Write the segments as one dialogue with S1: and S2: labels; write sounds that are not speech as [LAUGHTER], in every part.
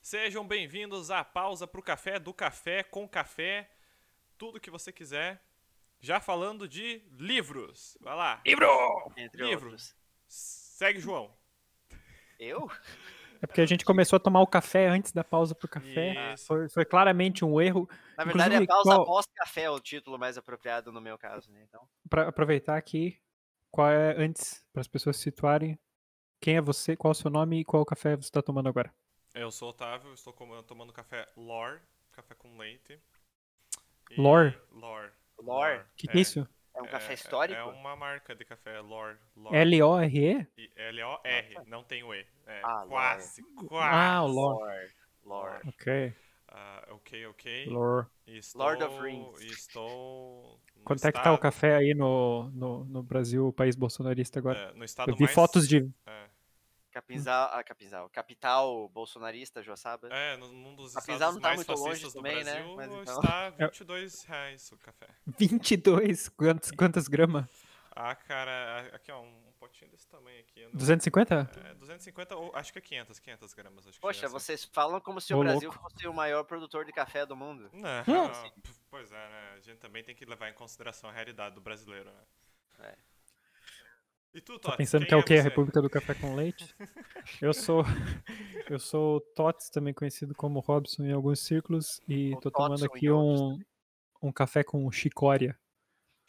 S1: Sejam bem-vindos à pausa pro café, do café, com café, tudo que você quiser. Já falando de livros. Vai lá.
S2: Livro!
S3: Entre
S1: Livro.
S3: outros.
S1: Segue, João.
S3: Eu?
S2: É porque a gente começou a tomar o café antes da pausa pro café.
S1: Isso.
S2: Foi, foi claramente um erro.
S3: Na verdade,
S2: Inclusive,
S3: é pausa
S2: qual-
S3: pós-café é o título mais apropriado no meu caso, né? Então,
S2: Pra aproveitar aqui, qual é antes, para as pessoas se situarem, quem é você, qual é o seu nome e qual café você está tomando agora?
S1: Eu sou o Otávio, estou com- tomando café Lore, café com leite. E-
S2: Lore?
S1: Lore.
S3: Lore
S2: O que, que é isso?
S3: é um café
S1: é-
S3: histórico?
S1: É uma marca de café, Lore. Lore.
S2: L-O-R-E?
S1: E L-O-R, não tem o E. É,
S3: tá. Ah, Lore.
S1: quase, quase.
S2: Ah, o Lore.
S3: Lore. Lore.
S2: Ok.
S1: Ah, ok, ok.
S2: Lore.
S1: E Estou,
S3: Lord of Rings.
S1: e Estou. no
S2: Quanto é que tá o
S1: estado-
S2: café aí no, no, no Brasil, país bolsonarista agora?
S1: é, no estado
S2: Eu vi
S1: mais-
S2: fotos de. [LAUGHS]
S1: É,
S3: Capinzal, ah, Capinzal. Capital bolsonarista, Joaçaba.
S1: é no- num dos
S3: A Pizarro
S1: estados
S3: não tá
S1: mais
S3: muito longe
S1: fascistas do
S3: também, né?
S1: Brasil,
S3: Mas então-
S2: [LAUGHS]
S1: está
S2: É.
S1: 22 reais o café.
S2: 22? Quantos, quantas gramas?
S1: Ah, cara, aqui ó, um potinho desse tamanho aqui. eu não-
S2: 250?
S1: É, 250 ou acho que é 500, 500 gramas. Acho que é
S3: Poxa,
S1: chega a ser.
S3: vocês falam como se o
S2: Ô,
S3: Brasil fosse o maior produtor de café do mundo.
S1: Não,
S2: Hum.
S1: não, p- pois é, né? A gente também tem que levar em consideração a realidade do brasileiro, né?
S3: É.
S1: E tu,
S2: Tá
S1: Totti,
S2: pensando
S1: quem
S2: que é o quê? A
S1: você?
S2: República do Café com Leite? Eu sou eu sou o Tots, também conhecido como Robson em alguns círculos, e
S3: Ou
S2: tô tomando
S3: Totson em
S2: aqui
S3: outros
S2: um, um café com chicória.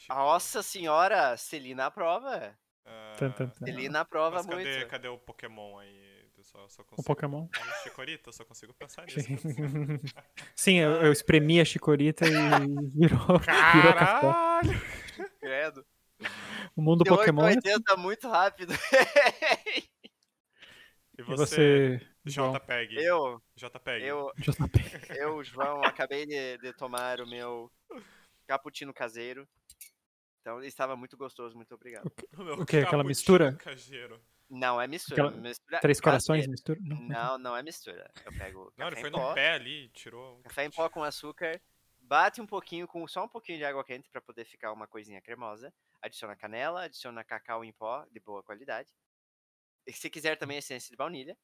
S3: Ah, Nossa senhora, Celina
S2: É.
S3: aprova.
S1: Ah,
S2: Tan, tan, tan.
S3: Celina aprova
S1: mas cadê,
S3: muito.
S1: cadê o Pokémon aí? Eu só, só consigo...
S2: Um Pokémon.
S1: Ah, Chicorita, eu só consigo
S2: [LAUGHS]
S1: pensar nisso.
S2: Sim, eu, eu espremi a chicorita e [LAUGHS] virou, virou café.
S1: Caralho!
S3: Credo.
S2: O mundo
S3: Teu
S2: Pokémon. é-
S3: 80 muito rápido.
S1: E
S2: E
S1: você,
S2: é assim, você, João,
S1: JPEG?
S3: eu,
S1: JPEG.
S3: eu,
S2: JP?
S3: eu, João, acabei de, de tomar o meu cappuccino caseiro. Então estava muito gostoso, muito obrigado.
S1: [LAUGHS] O meu
S2: o quê? Aquela
S1: cappuccino
S2: mistura?
S1: caseiro.
S3: Não é mistura.
S2: Aquela-
S3: mistura
S2: [LAUGHS] Três
S3: caseira.
S2: corações mistura? Não, como é que é?
S3: Não, não é mistura. Eu pego
S1: Não,
S3: café
S1: ele foi
S3: em pó,
S1: no pé ali, tirou...
S3: café em pó com açúcar, bate um pouquinho com só um pouquinho de água quente para poder ficar uma coisinha cremosa, adiciona canela, adiciona cacau em pó de boa qualidade. E se quiser também essência de baunilha,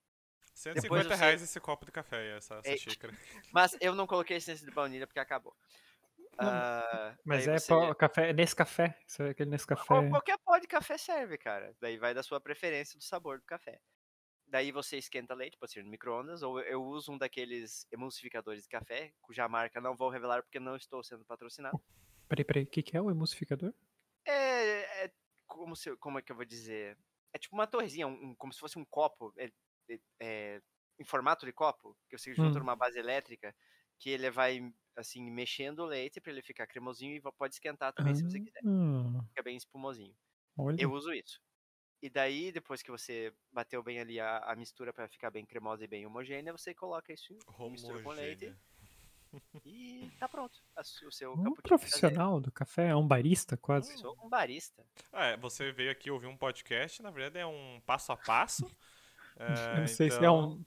S1: 150
S3: você-
S1: reais esse copo de café, e essa, essa
S3: Ei.
S1: xícara.
S3: mas eu não coloquei essência de baunilha porque acabou. Ah,
S2: Mas
S3: daí
S2: é
S3: você-
S2: pó, café, nesse café. Isso é aquele nesse café.
S3: Qual- Qualquer pó de café serve, cara. Daí vai da sua preferência do sabor do café. Daí você esquenta leite, pode ser no micro-ondas, ou eu- eu uso um daqueles emulsificadores de café, cuja marca não vou revelar porque não estou sendo patrocinado.
S2: Peraí, peraí, o que, que é o emulsificador?
S3: É, é como, se, eu- como é que eu vou dizer? É tipo uma torrezinha, um- um- como se fosse um copo, é- é- é, em formato de copo, que você junta
S2: Hum.
S3: numa base elétrica, que ele vai, assim, mexendo o leite para ele ficar cremosinho e vo- pode esquentar também se você quiser,
S2: Ah,
S3: fica bem espumosinho.
S2: olha.
S3: É.
S1: Uhum.
S3: Eu uso isso. E daí, depois que você bateu bem ali a, a mistura pra ficar bem cremosa e bem homogênea, você coloca
S1: [LAUGHS]
S3: isso e mistura com leite
S1: Homogêneo.
S3: e tá pronto. A su- o seu
S2: Um
S3: cappuccino
S2: profissional do café, é um barista
S3: caseiro.
S2: quase.
S3: Sou um barista.
S1: Ah, é, você veio aqui ouvir um podcast, na verdade é um passo a passo.
S2: [LAUGHS]
S1: então,
S2: Eu não sei se é um,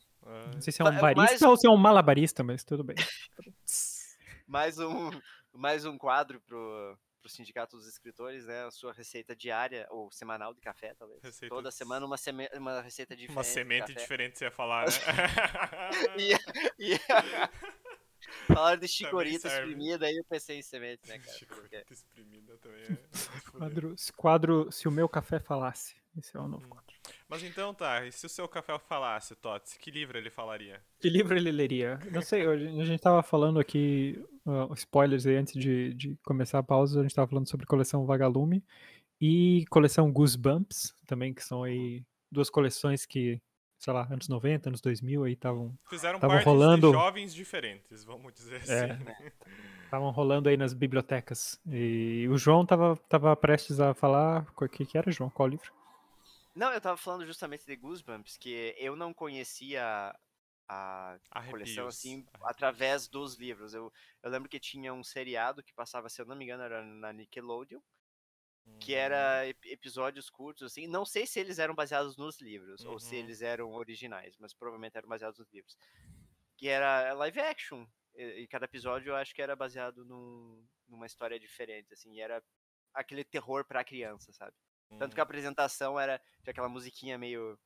S2: não sei se é
S3: Fa-
S2: um
S3: então, é
S2: barista
S3: mais-
S2: ou se é um malabarista, mas
S3: [LAUGHS]
S2: tudo bem.
S3: Mais um, mais um quadro pro, pro Sindicato dos Escritores, né? A sua receita diária ou semanal de café, talvez.
S1: Receita
S3: Toda
S1: de-
S3: semana uma, seme- uma receita diferente.
S1: [LAUGHS] Uma
S3: de
S1: semente
S3: café.
S1: diferente você ia
S3: [LAUGHS]
S1: falar, né?
S3: E, [LAUGHS] e-
S1: [LAUGHS]
S3: Falaram de chicorita
S1: serve.
S3: espremida, aí eu pensei em
S1: [LAUGHS]
S3: semente, né, cara?
S1: Chico,
S3: Porque-
S1: exprimida também é.
S2: quadro, se quadro Se o meu café falasse. Esse é o novo
S1: Hum.
S2: quadro.
S1: Mas então tá, e se o seu café falasse, Tots, que livro ele falaria?
S2: Que livro ele leria? Não sei, hoje a gente tava falando aqui, ah, spoilers aí, antes de, de começar a pausa, a gente tava falando sobre coleção Vagalume e coleção Goosebumps, também, que são aí
S3: Uhum.
S2: duas coleções que, sei lá, anos 90, anos 2000, aí estavam
S1: Fizeram
S2: Tava
S1: parte
S2: rolando-
S1: de jovens diferentes, vamos dizer
S2: [LAUGHS] É.
S1: assim.
S2: Estavam rolando aí nas bibliotecas. E o João tava, tava prestes a falar. O que, que era, João? Qual livro?
S3: Não, eu tava falando justamente de Goosebumps, que eu não conhecia a coleção
S1: Arrepios.
S3: assim através dos livros. Eu, eu lembro que tinha um seriado que passava, se eu não me engano, era na Nickelodeon, que era ep- episódios curtos assim. Não sei se eles eram baseados nos livros ou se
S1: Uhum.
S3: eles eram originais, mas provavelmente eram baseados nos livros. Que era live action e, e cada episódio eu acho que era baseado num- numa história diferente assim, e era
S1: Um,
S3: aquele terror pra criança, sabe? Tanto que a apresentação era tinha aquela musiquinha meio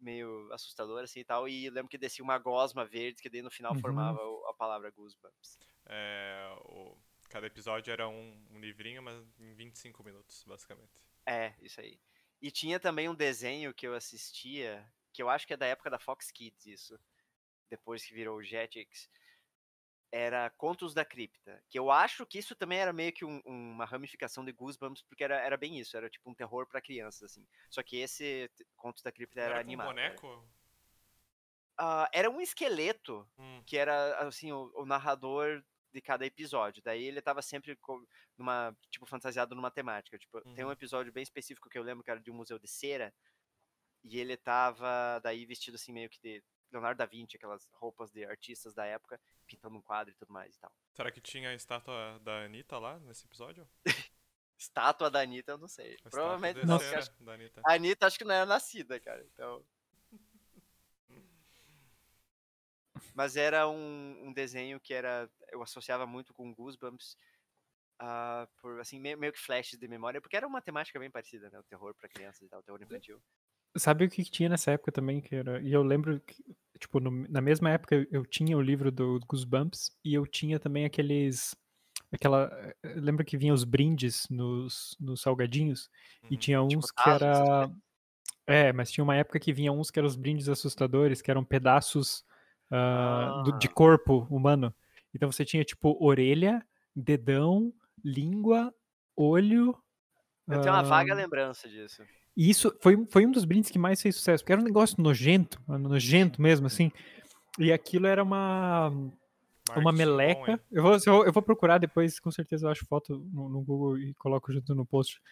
S3: meio assustador, assim e tal. E lembro que descia uma gosma verde, que daí no final
S2: Uhum.
S3: formava o- a palavra Goosebumps.
S1: É, o- cada episódio era um, um livrinho, mas em 25 minutos, basicamente.
S3: É, isso aí. E tinha também um desenho que eu assistia, que eu acho que é da época da Fox Kids, isso. Depois que virou o Jetix. Era Contos da Cripta. Que eu acho que isso também era meio que um- uma ramificação de Goosebumps, porque era, era bem isso, era tipo um terror pra crianças, assim. Só que esse t- Contos da Cripta
S1: era
S3: era,
S1: com
S3: animado.
S1: um
S3: né?
S1: boneco?
S3: Ah, era um esqueleto
S1: Hum,
S3: que era assim o, o narrador de cada episódio. Daí ele tava sempre co- numa tipo fantasiado numa temática. Tipo, tem um
S1: Uhum.
S3: episódio bem específico que eu lembro que era de um museu de cera e ele tava daí vestido assim meio que de Leonardo da Vinci, aquelas roupas de artistas da época, pintando um quadro e tudo mais e tal.
S1: será que tinha a estátua da Anitta lá nesse episódio?
S3: Estátua da Anitta, eu não sei.
S1: A estátua
S3: Provavelmente
S1: de
S3: não,
S2: Nossa.
S1: cera
S3: porque acho-
S1: da Anitta.
S3: a Anitta acho que não era nascida, cara. Então. Mas era um, um desenho que era. Eu associava muito com Goosebumps. ah, por, assim, meio, meio que flashes de memória, porque era uma temática bem parecida, né? O terror pra crianças e tal, o terror infantil.
S2: Sabe o que que tinha nessa época também, que era... E eu lembro que, tipo, no- na mesma época eu- eu tinha o livro do Goosebumps e eu tinha também aqueles... Aquela... eh, eh, Lembra que vinha os brindes nos, nos salgadinhos? E
S1: Uhum.
S2: tinha uns
S3: Tipo,
S2: que
S3: Tazos, essas
S2: era... É, mas tinha uma época que vinha uns que eram os brindes assustadores, que eram pedaços ah, do- de
S3: Ah.
S2: corpo humano. Então você tinha, tipo, orelha, dedão, língua, olho...
S3: Eu tenho uma
S2: ah,
S3: vaga lembrança disso.
S2: [LAUGHS] e isso foi, um- foi um dos brindes que mais fez sucesso, porque era um negócio nojento, mano, nojento mesmo, assim. E aquilo era uma, uma
S1: Marketing bom,
S2: meleca.
S1: hein?
S2: eu, vou, se eu- eu vou procurar depois, com certeza eu acho foto no, no Google e coloco junto no post.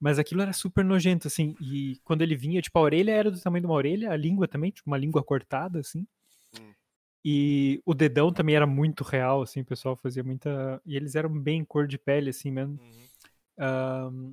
S2: Mas aquilo era super nojento, assim. E quando ele vinha, tipo, a orelha era do tamanho de uma orelha, a língua também, tipo, uma língua cortada, assim.
S3: Hum.
S2: E o dedão também era muito real, assim, o pessoal fazia muita. E eles eram bem cor de pele, assim mesmo.
S1: Uhum.
S2: Ahn,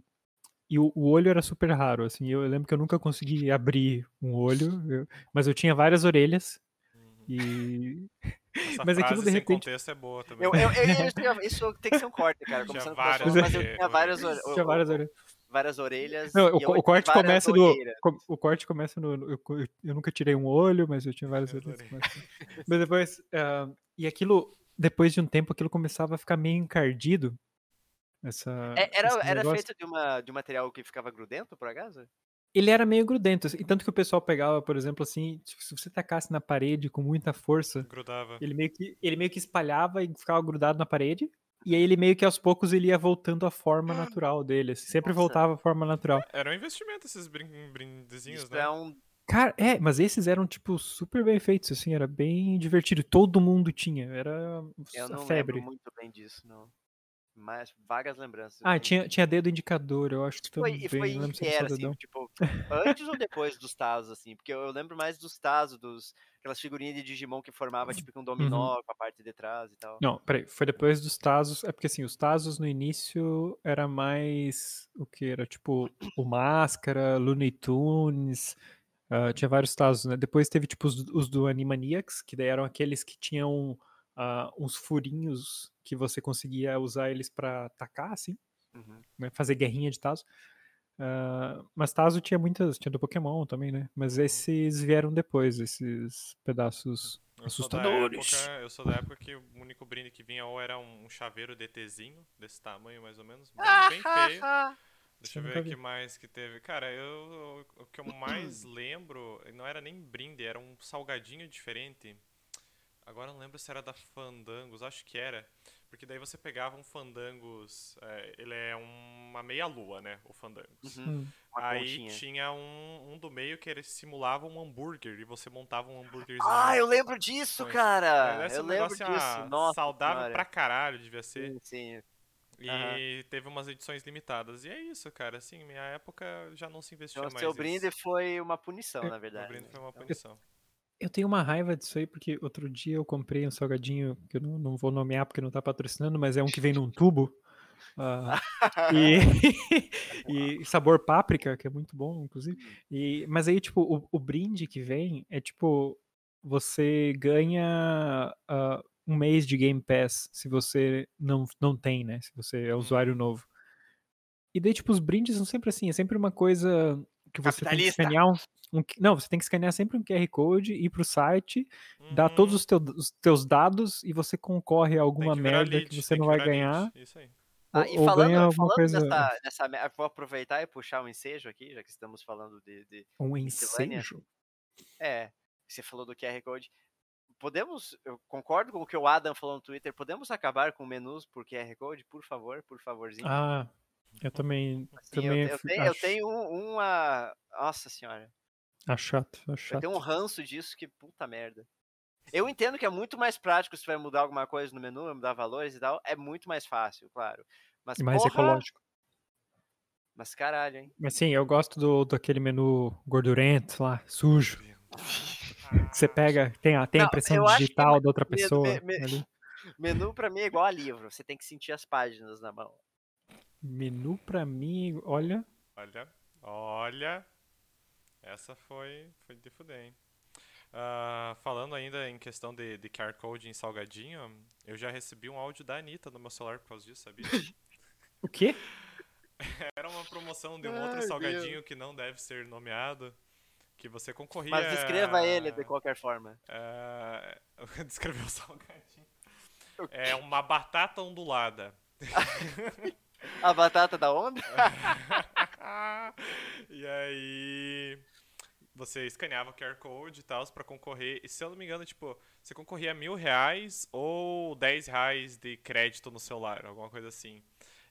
S2: e o, o olho era super raro, assim. Eu, eu lembro que eu nunca consegui abrir um olho, eu- mas eu tinha várias orelhas
S1: uhum.
S2: e.
S1: Essa
S2: [LAUGHS] Mas aquilo,
S1: frase
S2: de
S1: sem
S2: repente-
S1: contexto é boa também.
S3: Eu, eu, eu- eu tinha- isso tem que ser um corte, cara.
S1: Tinha
S3: Começando
S1: várias
S3: com o pessoal, mas eu
S1: orelhas.
S3: tinha várias, ore-
S2: tinha várias orelhas.
S3: várias orelhas.
S2: Não,
S3: e
S2: o, co-
S3: ore-
S2: o corte
S3: várias
S2: começa do.
S3: olheiras.
S2: co- o corte começa no. no- Eu, co- eu- eu nunca tirei um olho, mas eu tinha várias
S1: Várias
S2: orelhas. mas- Mas depois. ah, e aquilo, depois de um tempo, aquilo começava a ficar meio encardido. Essa,
S3: É- Era,
S2: Ah, esse
S3: era
S2: negócio.
S3: feito de, uma, de um material que ficava grudento, por acaso?
S2: ele era meio grudento. assim, E tanto que o pessoal pegava, por exemplo, assim, tipo, se você tacasse na parede com muita força,
S1: Grudava.
S2: ele meio que, ele meio que espalhava e ficava grudado na parede. E aí ele meio que aos poucos ele ia voltando à forma natural dele. assim, sempre
S3: Ah. Nossa.
S2: voltava à forma natural.
S1: Era um investimento esses brin- brindezinhos,
S3: Isso
S1: né?
S3: é um
S2: Cara, é, mas esses eram, tipo, super bem feitos, assim, era bem divertido. Todo mundo tinha, era
S3: Eu
S2: a
S3: não
S2: febre.
S3: lembro muito bem disso, não. Mas vagas lembranças. eu
S2: Ah,
S3: tenho.
S2: tinha, tinha dedo indicador, eu acho que
S3: Foi,
S2: também.
S3: e foi
S2: não
S3: em
S2: lembro se
S3: que
S2: era só
S3: era, assim,
S2: dedão.
S3: tipo, antes ou depois dos Tazos, assim? Porque eu, eu lembro mais dos Tazos, dos, aquelas figurinhas de Digimon que formava,
S2: Uhum.
S3: tipo, com um dominó com a parte de trás e tal.
S2: Não, peraí, foi depois dos Tazos. É porque assim, os Tazos no início era mais o que era tipo o Máscara, Looney Tunes, ah, tinha vários Tazos, né? Depois teve tipo os, os do Animaniacs, que daí eram aqueles que tinham ah, uns furinhos que você conseguia usar eles pra atacar, assim,
S3: Uhum.
S2: né? fazer guerrinha de Tazo. Ah, mas Tazo tinha muitas, tinha do Pokémon também, né?
S1: Uhum.
S2: Mas esses vieram depois, esses pedaços.
S1: Eu sou da
S2: Assustadores.
S1: época- eu sou da época que o único brinde que vinha ou era um chaveiro DTzinho, desse tamanho mais ou menos, bem,
S3: [LAUGHS]
S1: bem feio. Deixa eu
S2: Eu
S1: ver
S2: nunca
S1: o
S2: vi.
S1: que mais que teve. Cara, eu, o
S2: [CLEARS THROAT]
S1: que eu mais lembro, não era nem brinde, era um salgadinho diferente. Agora eu não lembro se era da Fandangos, acho que era. Porque daí você pegava um Fandangos, é, ele é uma meia-lua, né, o Fandangos.
S3: Uhum,
S2: Hum.
S3: uma
S1: Aí
S3: continha.
S1: tinha um, um do meio que ele simulava um hambúrguer e você montava um hambúrguerzinho.
S3: Ah, eu lembro disso,
S1: Pois. É,
S3: cara!
S1: deve ser
S3: eu
S1: um
S3: lembro
S1: negócio,
S3: disso.
S1: ah,
S3: Nossa,
S1: saudável
S3: senhora.
S1: pra caralho, devia ser.
S3: Sim, sim.
S1: E
S3: Aham.
S1: teve umas edições limitadas. E é isso, cara. Assim, minha época já não se investia
S3: Então,
S1: mais.
S3: seu
S1: nisso.
S3: brinde foi uma punição,
S2: É,
S3: na
S1: Meu
S3: verdade.
S1: brinde
S3: né?
S2: [LAUGHS]
S1: foi uma
S3: Então,
S1: punição.
S2: Eu tenho uma raiva disso aí, porque outro dia eu comprei um salgadinho que eu não, não vou nomear porque não tá patrocinando, mas é um que vem num tubo. ah, [LAUGHS] e, e sabor páprica, que é muito bom, inclusive. E, mas aí, tipo, o, o brinde que vem é tipo: você ganha ah, um mês de Game Pass se você não, não tem, né? Se você é usuário novo. E daí, tipo, os brindes são sempre assim, é sempre uma coisa que você tem que
S3: Capitalista.
S2: escanear um, um- Não, você tem que escanear sempre um QR Code, ir pro site, dar
S1: Hum,
S2: todos os, teu- os teus dados e você concorre a alguma merda Hum. que você não vai ganhar.
S1: Isso aí.
S3: Ah,
S2: ou-
S3: e
S2: ou
S3: falando,
S2: ganha alguma
S3: falando
S2: coisa.
S3: dessa, dessa me- ah, Vou aproveitar e puxar um ensejo aqui, já que estamos falando de. de-
S2: Um
S3: Miscelânea.
S2: ensejo?
S3: é, você falou do QR Code. Podemos. Eu concordo com o que o Adam falou no Twitter. Podemos acabar com menus por QR Code, por favor, por favorzinho?
S2: Ah, eu também.
S3: Assim, eu-
S2: também
S3: eu,
S2: fui-
S3: tenho, eu
S2: acho-
S3: tenho um- uma. Nossa senhora.
S2: Acho ah, chato, acho
S3: Eu
S2: chato.
S3: tenho um ranço disso que puta merda. Eu entendo que é muito mais prático se vai mudar alguma coisa no menu, mudar valores e tal. É muito mais fácil, claro. Mas,
S2: E mais
S3: porra,
S2: ecológico.
S3: Mas caralho, hein?
S2: Mas sim, eu gosto do, daquele menu gordurento lá,
S3: [LAUGHS]
S2: sujo. Que você pega, tem a, tem a
S3: Não,
S2: impressão
S3: eu acho que é
S2: digital da outra
S3: medo- me-
S2: pessoa.
S3: me-
S2: ali.
S3: Menu pra mim é igual a livro. Você tem que sentir as páginas na mão.
S2: Menu pra mim, olha.
S1: Olha, olha. Essa foi, foi de fuder, hein? Ah, falando ainda em questão de, de QR Code em salgadinho, eu já recebi um áudio da Anitta no meu celular por causa disso,
S3: [LAUGHS]
S1: sabia?
S2: O quê?
S1: Era uma promoção de um
S3: Ai,
S1: outro
S3: Deus.
S1: salgadinho que não deve ser nomeado, que você concorria.
S3: Mas descreva ele de
S1: a-
S3: qualquer forma.
S1: Ah, [LAUGHS] descrever o salgadinho. É uma batata ondulada.
S3: A batata da onda?
S1: [LAUGHS] e aí você escaneava o QR Code e tal pra concorrer. E se eu não me engano, tipo, você concorria a mil reais ou dez reais de crédito no celular, alguma coisa assim.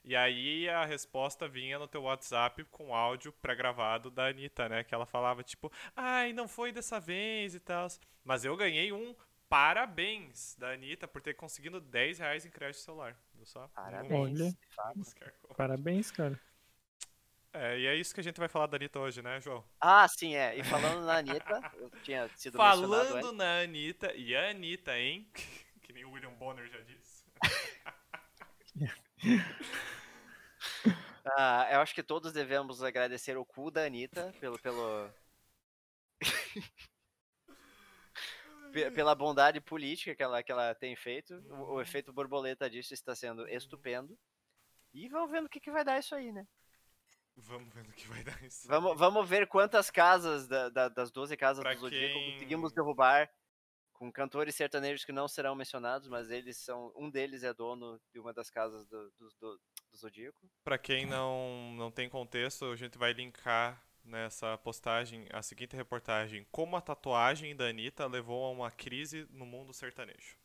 S1: E aí a resposta vinha no teu WhatsApp com áudio pré-gravado da Anitta, né? Que ela falava, tipo, ai, não foi dessa vez e tal. Mas eu ganhei um parabéns da Anitta por ter conseguido 10 reais em crédito no celular. Viu só? um
S3: Parabéns.
S2: Olha.
S3: de fato.
S1: Nos QR Code.
S3: [LAUGHS]
S2: Parabéns, cara.
S1: É, e é isso que a gente vai falar da Anitta hoje, né, João?
S3: Ah, sim, é. E falando na Anitta, eu tinha sido mencionado antes.
S1: Falando na Anitta, e a Anitta, hein? [LAUGHS] Que nem o William Bonner já disse.
S3: Ah, eu acho que todos devemos agradecer o cu da Anitta pelo. pelo... [LAUGHS] Pe- Pela bondade política que ela, que ela tem feito. O, o efeito borboleta disso está sendo estupendo. E vamos vendo o que, que vai dar isso aí, né?
S1: Vamos ver no que vai dar isso.
S3: Vamos, vamos ver quantas casas da- da- das 12 casas
S1: Pra
S3: do Zodíaco
S1: quem-
S3: conseguimos derrubar com cantores sertanejos que não serão mencionados, mas eles são. Um deles é dono de uma das casas do, do, do- do Zodíaco.
S1: Pra quem não, não tem contexto, a gente vai linkar nessa postagem a seguinte reportagem: Como a tatuagem da Anitta levou a uma crise no mundo sertanejo.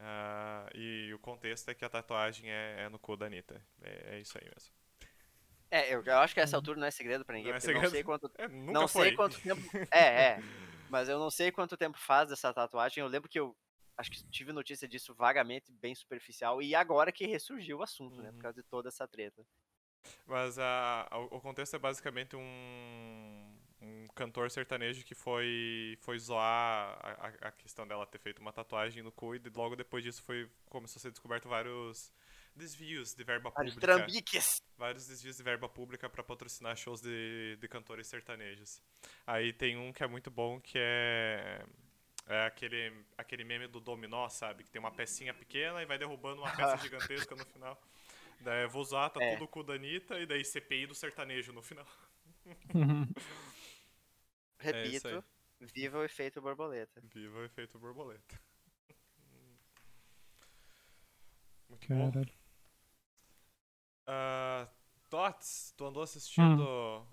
S1: Ah, e o contexto é que a tatuagem é, é no cu da Anitta. É, é isso aí mesmo.
S3: É, eu, eu acho que essa altura não é segredo pra ninguém,
S1: Não é
S3: porque eu não
S1: segredo.
S3: sei quanto
S1: É, [LAUGHS] nunca
S3: não
S1: foi.
S3: sei quanto
S1: [LAUGHS]
S3: tempo. É, é. Mas eu não sei quanto tempo faz dessa tatuagem. Eu lembro que eu acho que tive notícia disso vagamente, bem superficial. E agora que ressurgiu o assunto, né? Por
S1: Uhum.
S3: causa de toda essa treta.
S1: Mas a, a- o contexto é basicamente um, um cantor sertanejo que foi, foi zoar a, a- a questão dela ter feito uma tatuagem no cu e de- logo depois disso foi, começou a ser descoberto vários desvios de verba
S3: Vários
S1: pública.
S3: trambiques!
S1: Vários desvios de verba pública para patrocinar shows de, de cantores sertanejos. Aí tem um que é muito bom que é, é aquele, aquele meme do dominó, sabe? Que tem uma pecinha pequena e vai derrubando uma [LAUGHS] peça gigantesca no final. Daí eu vou usar, tá
S3: É.
S1: tudo com o Danita e daí CPI do sertanejo no final. É isso
S3: Repito, viva o efeito borboleta.
S1: [LAUGHS] Viva o efeito borboleta. [LAUGHS] Muito bom.
S2: Caralho.
S1: Ah, Tots, tu andou assistindo
S2: Hum.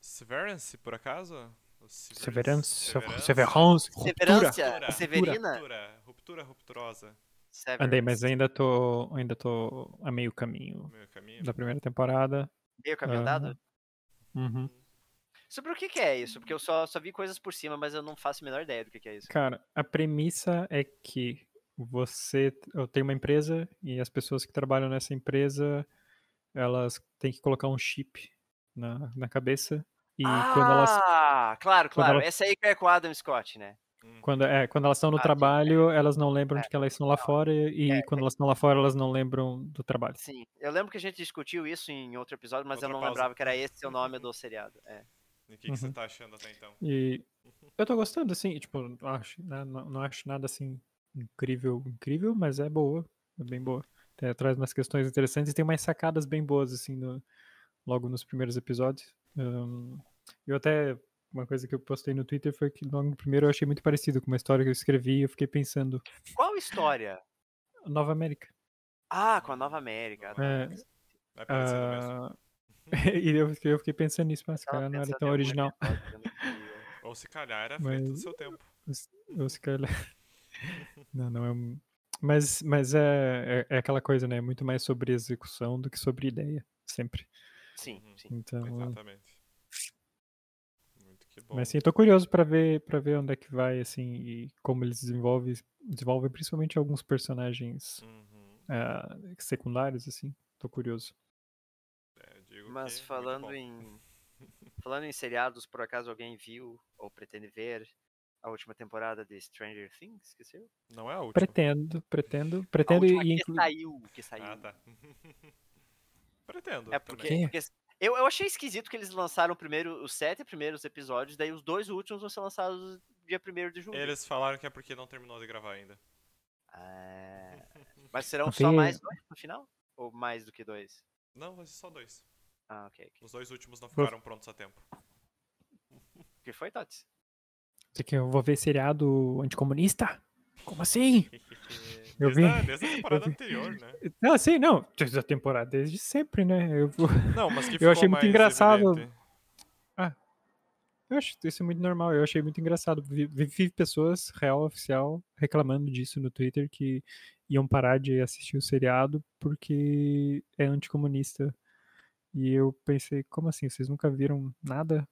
S1: Severance, por acaso? O Severance?
S2: Severance,
S1: Severance?
S2: Severance, Ruptura.
S3: Severância, Severina,
S1: Ruptura, ruptura rupturosa.
S3: Severance.
S2: Andei, mas ainda tô, ainda tô a meio
S1: no
S2: caminho
S1: Meu caminho.
S2: da primeira temporada.
S3: meio caminho andado?
S2: Uhum.
S3: Sobre o que, que é isso? Porque eu só, só vi coisas por cima, mas eu não faço a menor ideia do que, que é isso.
S2: Cara, a premissa é que você eu tenho uma empresa e as pessoas que trabalham nessa empresa elas têm que colocar um chip na, na cabeça e quando elas
S3: ah, claro,
S2: quando
S3: claro.
S2: elas-
S3: Essa aí que é com o Adam Scott, né?
S1: Hum.
S2: Quando, é, quando elas estão no
S3: Ah, sim,
S2: trabalho, elas não lembram
S3: É,
S2: de que elas estão lá fora, e
S3: é,
S2: quando elas estão lá fora, elas não lembram do trabalho.
S3: Sim, eu lembro que a gente discutiu isso em outro episódio, mas eu
S1: Outra
S3: não
S1: pausa.
S3: lembrava que era esse o nome do seriado. É.
S1: E o que,
S2: Uhum.
S1: que você tá achando até então?
S2: E
S3: Uhum.
S2: eu tô gostando, assim, e, tipo, não acho, né, não, não acho nada assim incrível, incrível, mas é boa, é bem boa. Tem, traz umas questões interessantes e tem umas sacadas bem boas, assim, no- logo nos primeiros episódios. Ahn, Eu até. Uma coisa que eu postei no Twitter foi que logo no primeiro eu achei muito parecido com uma história que eu escrevi e eu fiquei pensando.
S3: Qual história?
S2: Nova América.
S3: Ah, com a Nova América.
S2: É,
S1: Vai parecendo mesmo.
S2: ah, [LAUGHS] e eu fiquei, eu fiquei pensando nisso, mas
S3: Uhum. Tava
S2: cara, não era
S3: pensando em
S2: tão
S3: alguma
S2: original.
S3: coisa, eu não
S1: [LAUGHS]
S3: sabia.
S1: Ou se calhar era à
S2: Mas-
S1: frente do seu tempo.
S2: Ou se calhar- né? [LAUGHS] Não, não é. um- Mas, mas é, é, é aquela coisa, né? Muito mais sobre execução do que sobre ideia, sempre.
S1: Uhum.
S3: Sim, sim.
S2: Então,
S1: Exatamente. Muito que bom.
S2: mas sim, eu tô curioso pra ver para ver onde é que vai assim e como eles desenvolvem, desenvolvem principalmente alguns personagens
S1: Uhum.
S2: ah, secundários assim. Tô curioso.
S1: É, eu digo
S3: Mas
S1: que muito
S3: falando
S1: bom. [LAUGHS]
S3: em falando em seriados, por acaso alguém viu ou pretende ver a última temporada de Stranger Things? Esqueceu?
S1: Não é a última.
S2: Pretendo, pretendo,
S3: A
S2: pretendo
S3: última é
S2: e
S3: que
S2: inclu...
S3: saiu, que saiu.
S1: Ah, tá. [LAUGHS] Pretendo.
S3: É
S2: Quê?
S1: Também.
S3: porque, porque eu, eu achei esquisito que eles lançaram primeiro os sete primeiros episódios, daí os dois últimos vão ser lançados dia 1 de julho.
S1: Eles falaram que é porque não terminou de gravar ainda.
S3: Ah, mas serão
S2: Porque-
S3: só mais dois no final? Ou mais do que dois?
S1: Não, vai ser só dois.
S3: Ah, ok. ok.
S1: Os dois últimos não
S2: Vou-
S1: ficaram prontos a
S3: [LAUGHS]
S1: tempo.
S3: O que foi, Tots?
S2: Isso aqui eu vou ver seriado anticomunista? Como
S3: [LAUGHS]
S2: assim? Eu
S1: desde,
S2: vi-
S1: a, desde a temporada
S2: vi-
S1: anterior, né?
S2: Não, sim, não. Desde a temporada, desde sempre, né? Eu, vou-
S1: Não, mas que
S2: Eu
S1: ficou
S2: achei muito
S1: mais
S2: engraçado.
S1: evidente.
S2: eu acho isso muito normal. Eu achei muito engraçado. Vi, vi- vi pessoas, real oficial, reclamando disso no Twitter que iam parar de assistir o seriado porque é anticomunista. E eu pensei, como assim? Vocês nunca viram nada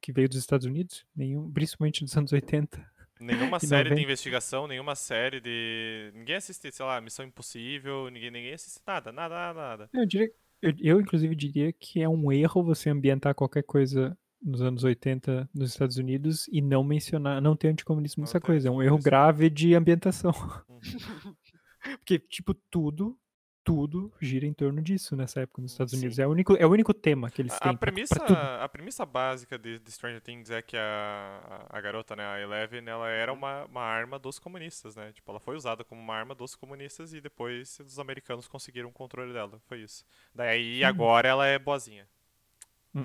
S2: que veio dos Estados Unidos? Nenhum, principalmente dos anos 80.
S1: Nenhuma
S2: [LAUGHS] E não
S1: série de
S2: vem-
S1: investigação, nenhuma série de. Ninguém assiste, sei lá, Missão Impossível, ninguém, ninguém assiste nada, nada, nada, nada.
S2: Eu, diria, eu, eu, inclusive, diria que é um erro você ambientar qualquer coisa nos anos 80 nos Estados Unidos e não mencionar, não ter anticomunismo
S1: Não
S2: nessa
S1: ter
S2: coisa. É um
S1: anticomunismo.
S2: erro
S1: Uhum.
S2: grave de ambientação. [LAUGHS] Porque, tipo, tudo, tudo gira em torno disso nessa época nos Estados Unidos. É o único, é o único tema que eles
S1: A-
S2: têm.
S1: A
S2: pra- pra
S1: premissa,
S2: tudo.
S1: a premissa básica de, de Stranger Things é que a, a a garota, né, a Eleven, ela era uma, uma arma dos comunistas, né? Tipo, ela foi usada como uma arma dos comunistas e depois os americanos conseguiram o controle dela. Foi isso.
S2: Hum.
S1: Daí agora ela é boazinha.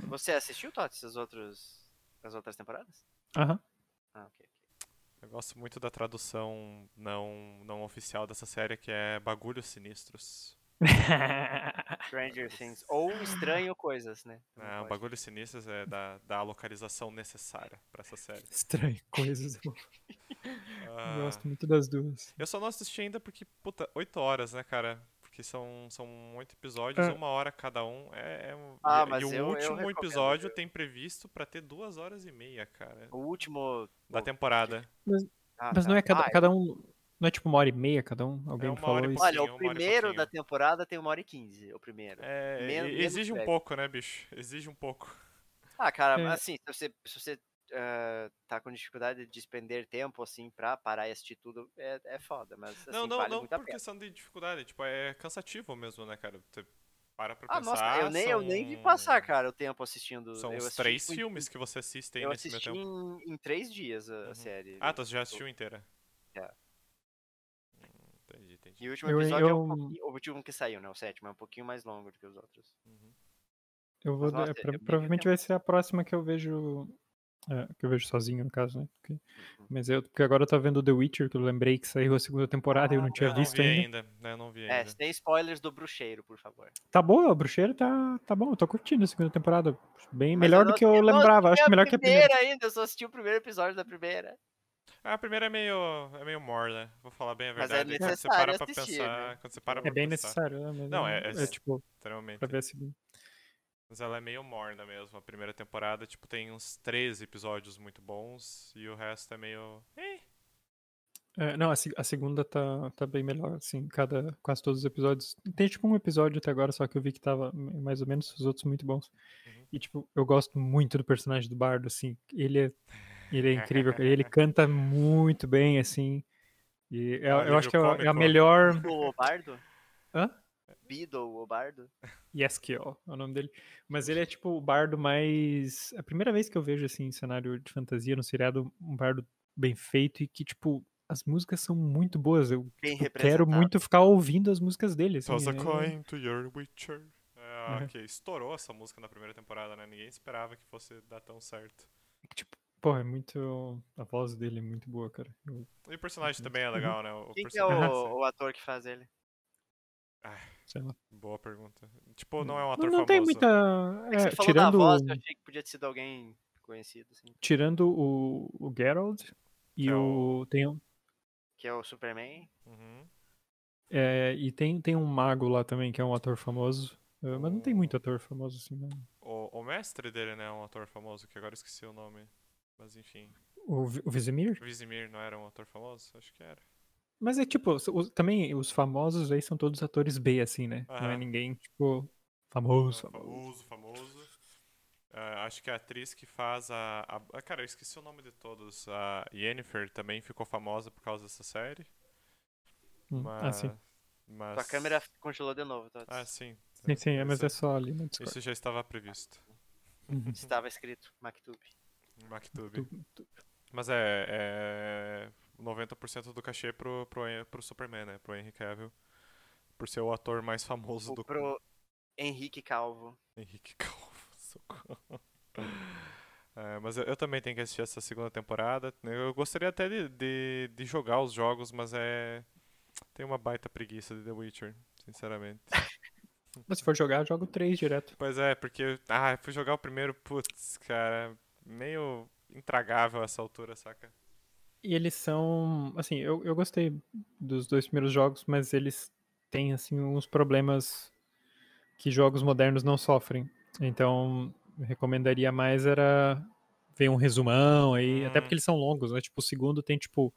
S3: Você assistiu, Tots, as, outros, as outras temporadas?
S1: [LAUGHS]
S2: Aham.
S3: Ah, ok. ok.
S1: Eu gosto muito da tradução não, não oficial dessa série que é Bagulhos Sinistros.
S3: Stranger Things. Ou Estranho Coisas, né? Também
S1: Ah,
S3: pode.
S1: Bagulhos Sinistros é da, da localização necessária pra essa série.
S2: Estranho, coisas. Eu
S1: Ah,
S2: gosto muito das duas.
S1: Eu só não assisti ainda porque, puta, 8 horas, né, cara? Porque são, são 8 episódios,
S2: É.
S1: uma hora cada um. É, é um-
S3: Ah,
S1: e,
S3: mas
S1: e o
S3: eu- eu
S1: último
S3: recomendo,
S1: episódio
S3: viu?
S1: tem previsto pra ter duas horas e meia, cara.
S3: O último.
S1: Da temporada.
S3: Ah,
S2: Mas
S3: tá.
S2: não é cada,
S3: Ah,
S2: cada um. Não é tipo uma hora e meia cada um? Alguém
S1: É uma
S2: me falou
S1: hora e
S2: isso?
S1: pouquinho,
S3: Olha,
S1: uma
S3: o
S1: hora e
S3: primeiro
S1: pouquinho.
S3: da temporada tem uma hora e quinze, o primeiro.
S1: É, e-
S3: Menos-
S1: e-
S3: menos
S1: exige um
S3: breve.
S1: pouco, né, bicho? Exige um pouco.
S3: Ah, cara,
S2: É.
S3: assim, se você, se você ah, tá com dificuldade de despender tempo, assim, pra parar e assistir tudo, é, é foda, mas assim,
S1: não, não,
S3: vale
S1: não
S3: muito a
S1: por
S3: pena.
S1: questão de dificuldade. Tipo, é cansativo mesmo, né, cara? Você para pra
S3: Ah,
S1: pensar.
S3: nossa, eu nem, eu nem vi passar,
S1: são-
S3: cara, o tempo assistindo.
S1: São
S3: eu
S1: os
S3: assisti,
S1: três
S3: tipo, em-
S1: filmes que você assiste aí
S3: Eu
S1: nesse meu
S3: assisti
S1: tempo.
S3: em, em três dias a, a
S1: Uhum.
S3: série. né.
S1: Ah, tu já assistiu inteira?
S3: É.
S1: Hum, Entendi, entendi.
S3: E o último
S2: Eu-
S3: episódio é
S2: eu-
S3: um pouquinho, o último que saiu, né, o sétimo, é um pouquinho mais longo do que os outros.
S1: Uhum.
S2: Eu vou.
S3: Mas,
S2: dar-
S3: nossa,
S2: é,
S3: é
S2: pra-
S3: bem
S2: provavelmente
S3: tempo.
S2: vai ser a próxima que eu vejo. é, que eu vejo sozinho, no caso, né? Porque-
S1: Uhum.
S2: mas eu, porque agora eu tô vendo The Witcher, que eu lembrei que saiu a segunda temporada e eu não tinha
S1: eu não
S2: visto
S1: vi
S2: ainda.
S1: ainda. né, Eu não vi
S3: É,
S1: ainda.
S3: sem spoilers do bruxeiro, por favor.
S2: Tá boa, o bruxeiro tá, tá bom, eu tô curtindo a segunda temporada. Bem
S3: Mas
S2: melhor
S3: não
S2: do que eu
S3: assisti- não
S2: lembrava, acho
S3: assisti
S2: que melhor que a primeira.
S3: ainda, eu só assisti o primeiro episódio da
S1: [LAUGHS]
S3: primeira.
S1: Ah, a primeira é meio, é meio morna, vou falar bem a
S3: Mas é
S1: verdade. quando você
S3: necessário
S1: para pra
S3: assistir,
S1: pensar,
S3: né?
S1: quando você para pra
S2: É bem
S1: pensar,
S2: necessário, né? mas
S1: Não,
S2: eu-
S1: é-
S2: é,
S1: é-
S2: tipo,
S1: literalmente.
S2: pra ver a segunda.
S1: Mas ela é meio morna mesmo. A primeira temporada, tipo, tem uns 13 episódios muito bons e o resto é meio. "Eh".
S2: É, não, a, se- a segunda tá, tá bem melhor, assim, cada, quase todos os episódios. Tem, tipo, um episódio até agora, só que eu vi que tava m- mais ou menos, os outros muito bons.
S1: Uhum.
S2: E, tipo, eu gosto muito do personagem do Bardo, assim, ele é, ele é
S1: [LAUGHS]
S2: incrível, cara, ele canta muito bem, assim, e é-
S1: um
S2: eu
S1: alívio
S2: acho que é a- é a
S1: cômico.
S2: melhor...
S3: Beedle o Bardo?
S2: Hã?
S3: Beedle o Bardo?
S2: Yeskiel é o nome dele. Mas ele é tipo o bardo mais. é A primeira vez que eu vejo assim, em cenário de fantasia, no seriado, um bardo bem feito e que, tipo, as músicas são muito boas. Eu
S3: Bem
S2: quero
S3: representado.
S2: muito ficar ouvindo as músicas dele. Assim,
S1: Toss a
S2: é-
S1: coin to your witcher. É Ah, ok. Estourou essa música na primeira temporada, né? Ninguém esperava que fosse dar tão certo.
S2: É que, tipo, porra, é muito. A voz dele é muito boa, cara. Eu-
S1: E o personagem
S2: Uhum.
S1: também é legal, né? O
S3: Quem que é
S1: personagem-
S3: o, o ator que faz ele?
S2: sei lá.
S1: Boa pergunta. Tipo, não é um ator
S2: não,
S1: famoso.
S2: não tem muita.
S3: É que
S2: é,
S3: você falou
S2: tirando,
S3: da voz, eu achei que podia ter sido alguém conhecido, assim.
S2: tirando o, o Geralt e
S1: Que é
S2: o. Tem, um-
S3: Que é o Superman.
S1: Uhum.
S2: é, e tem, tem um mago lá também, que é um ator famoso. eh, Mas não tem muito ator famoso assim, né?
S1: O, o mestre dele, né? é Um ator famoso, que agora eu esqueci o nome. Mas enfim.
S2: O, Vi- o Vizimir?
S1: Vizimir não era um ator famoso? Acho que era.
S2: Mas é tipo, os- os- também os famosos aí são todos atores B, assim, né? Não é
S1: Aham.
S2: ninguém, tipo, famoso,
S1: Não,
S2: famoso.
S1: famoso, famoso. Ah, acho que a atriz que faz a, a- ah, Cara, eu esqueci o nome de todos. A Yennefer também ficou famosa por causa dessa série.
S2: Hum, Ah,
S1: Mas.
S2: sim.
S1: mas...
S3: Sua câmera é congelou de novo, tá?
S1: Ah, sim.
S2: Sim, sim, é, mas
S1: isso,
S2: é só ali no Discord.
S1: isso já estava previsto.
S2: Uhum.
S3: Estava escrito Mactub.
S1: no MacTube.
S2: Tu- tu-
S1: Mas é. é 90% do cachê pro, pro, Hen- pro Superman, né? Pro Henry Cavill. Por ser o ator mais famoso
S3: O
S1: do
S3: pro Henrique Calvo.
S1: Henrique Calvo, socorro. [LAUGHS] É, mas eu, eu também tenho que assistir essa segunda temporada. Eu gostaria até de, de, de jogar os jogos, mas é. Tem uma baita preguiça de The Witcher, sinceramente.
S2: Mas se for jogar, eu jogo 3 direto.
S1: Pois é, porque. eu- Ah, eu fui jogar o primeiro, putz, cara. Meio intragável essa altura, saca?
S2: E eles são. Assim, eu, eu gostei dos dois primeiros jogos, mas eles têm, assim, uns problemas que jogos modernos não sofrem. Então, eu recomendaria mais era ver um resumão aí. Até
S1: Hum.
S2: porque eles são longos, né? Tipo, o segundo tem, tipo,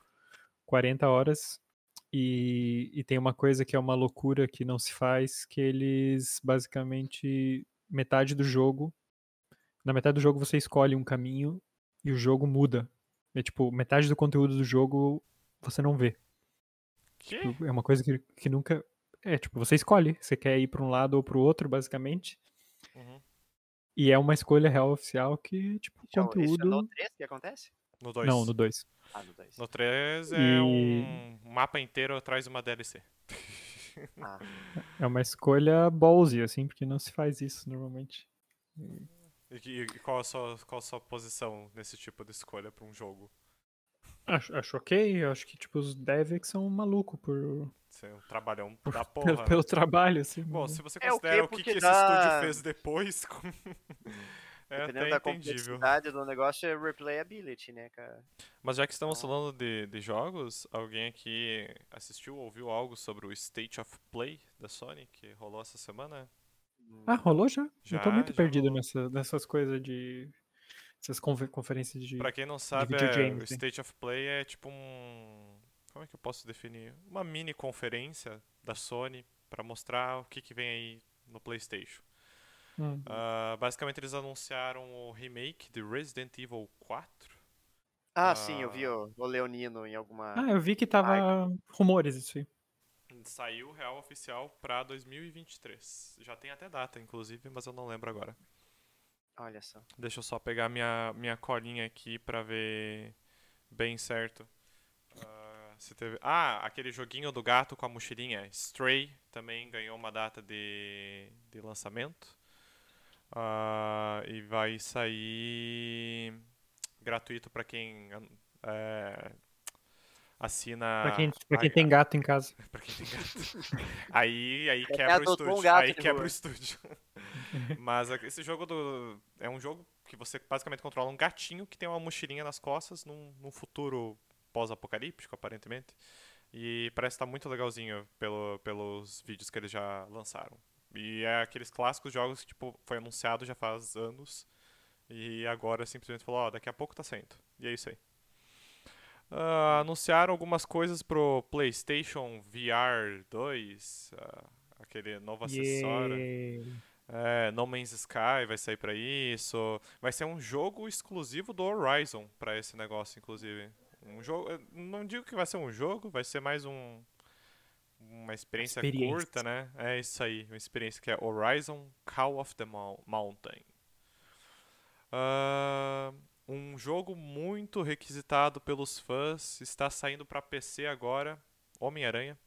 S2: 40 horas. E, e tem uma coisa que é uma loucura que não se faz, que eles basicamente metade do jogo. Na metade do jogo você escolhe um caminho e o jogo muda. É tipo, metade do conteúdo do jogo você não vê.
S1: Que?
S2: Tipo, É uma coisa que, que nunca. É tipo, você escolhe. Você quer ir pra um lado ou pro outro, basicamente.
S1: Uhum.
S2: E é uma escolha real oficial que, tipo, o
S3: Isso é
S1: Então,
S3: o- Isso é
S2: conteúdo.
S3: no 3 que acontece?
S1: No 2.
S2: Não, no 2.
S3: Ah, no 2.
S1: No 3 é
S2: E-
S1: um mapa inteiro atrás de uma DLC.
S3: Ah,
S2: É uma escolha ballsy, assim, porque não se faz isso normalmente.
S1: E, que- e qual, a sua, qual a sua posição nesse tipo de escolha pra um jogo?
S2: Acho, acho ok, eu acho que, tipo, os devs que são malucos por, [LAUGHS]
S1: Isso é um trabalhão [LAUGHS] da porra.
S2: pelo,
S1: né?
S2: pelo trabalho, assim.
S1: Bom,
S2: mas-
S1: se você
S3: É, o quê?
S1: considera o que,
S3: Porque
S1: que esse
S3: dá-
S1: estúdio fez depois, [LAUGHS] com- é
S3: dependendo
S1: até
S3: da
S1: entendível.
S3: complexidade do negócio, é replayability, né, cara?
S1: Mas já que estamos
S3: Então.
S1: falando de, de jogos, alguém aqui assistiu ou ouviu algo sobre o State of Play da Sony que rolou essa semana?
S2: Ah, rolou já? eu
S1: Já,
S2: tô muito
S1: já
S2: perdido
S1: rolou.
S2: nessa, nessas coisas de. Essas confe- conferências de.
S1: Pra quem não sabe, é,
S2: videogame,
S1: o
S2: sim.
S1: State of Play é tipo um. Como é que eu posso definir? Uma mini conferência da Sony pra mostrar o que, que vem aí no PlayStation.
S2: Hum.
S1: Ah, basicamente, eles anunciaram o remake de Resident Evil 4.
S3: Ah,
S1: Ah.
S3: sim, eu vi o, o Leonino em
S1: tá?
S3: alguma.
S2: Ah, eu vi que tava rumores isso aí.
S1: Saiu real oficial pra 2023. Já tem até data, inclusive, mas eu não lembro agora.
S3: Olha só.
S1: Deixa eu só pegar minha, minha colinha aqui pra ver bem certo. Ah, se teve... ah, aquele joguinho do gato com a mochilinha, Stray, também ganhou uma data de, de lançamento. Ah, e vai sair gratuito pra quem eh, assina.
S2: Pra quem, pra
S1: a-
S2: quem tem gato em casa.
S1: Pra quem tem gato. [LAUGHS] aí aí
S3: Pra quem
S1: quebra o
S3: adotou um
S1: estúdio.
S3: gato
S1: aí
S3: de
S1: quebra
S3: rua.
S1: o estúdio. [LAUGHS] Mas a- esse jogo do. É um jogo que você basicamente controla um gatinho que tem uma mochilinha nas costas num, num futuro pós-apocalíptico, aparentemente. E parece estar muito legalzinho pelo, pelos vídeos que eles já lançaram. E é aqueles clássicos jogos que tipo, foi anunciado já faz anos. E agora simplesmente falou, ó, daqui a pouco tá saindo. E é isso aí. Ah, anunciaram algumas coisas pro PlayStation VR 2, ah, aquele novo acessório.
S2: Yay.
S1: É, no Man's Sky vai sair pra isso. Vai ser um jogo exclusivo do Horizon pra esse negócio, inclusive. Um jogo, eu não digo que vai ser um jogo, vai ser mais um uma experiência,
S2: Experiência.
S1: curta, né? É isso aí, uma experiência que é Horizon Call of the Mou- Mountain. Ah, um jogo muito requisitado pelos fãs, está saindo pra PC agora, Homem-Aranha.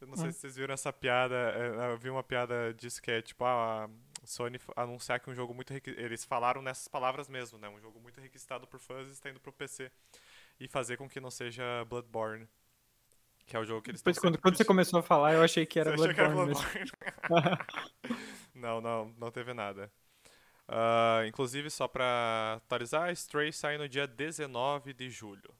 S1: Eu não
S2: Ah.
S1: sei se vocês viram essa piada. é, Eu vi uma piada disso que é tipo a Sony f- anunciar que um jogo muito. requi- Eles falaram nessas palavras mesmo, né? Um jogo muito requisitado por fãs está indo pro PC. E fazer com que não seja Bloodborne. Que é o jogo que eles
S2: Depois,
S1: tão
S2: quando,
S1: sempre
S2: quando você
S1: criticando.
S2: começou a falar, eu achei que era
S1: Você achou que era
S2: Bloodborne. mesmo.
S1: Bloodborne? [LAUGHS] não, não, não teve nada. Ah, inclusive, só pra atualizar, Stray sai no dia 19 de julho.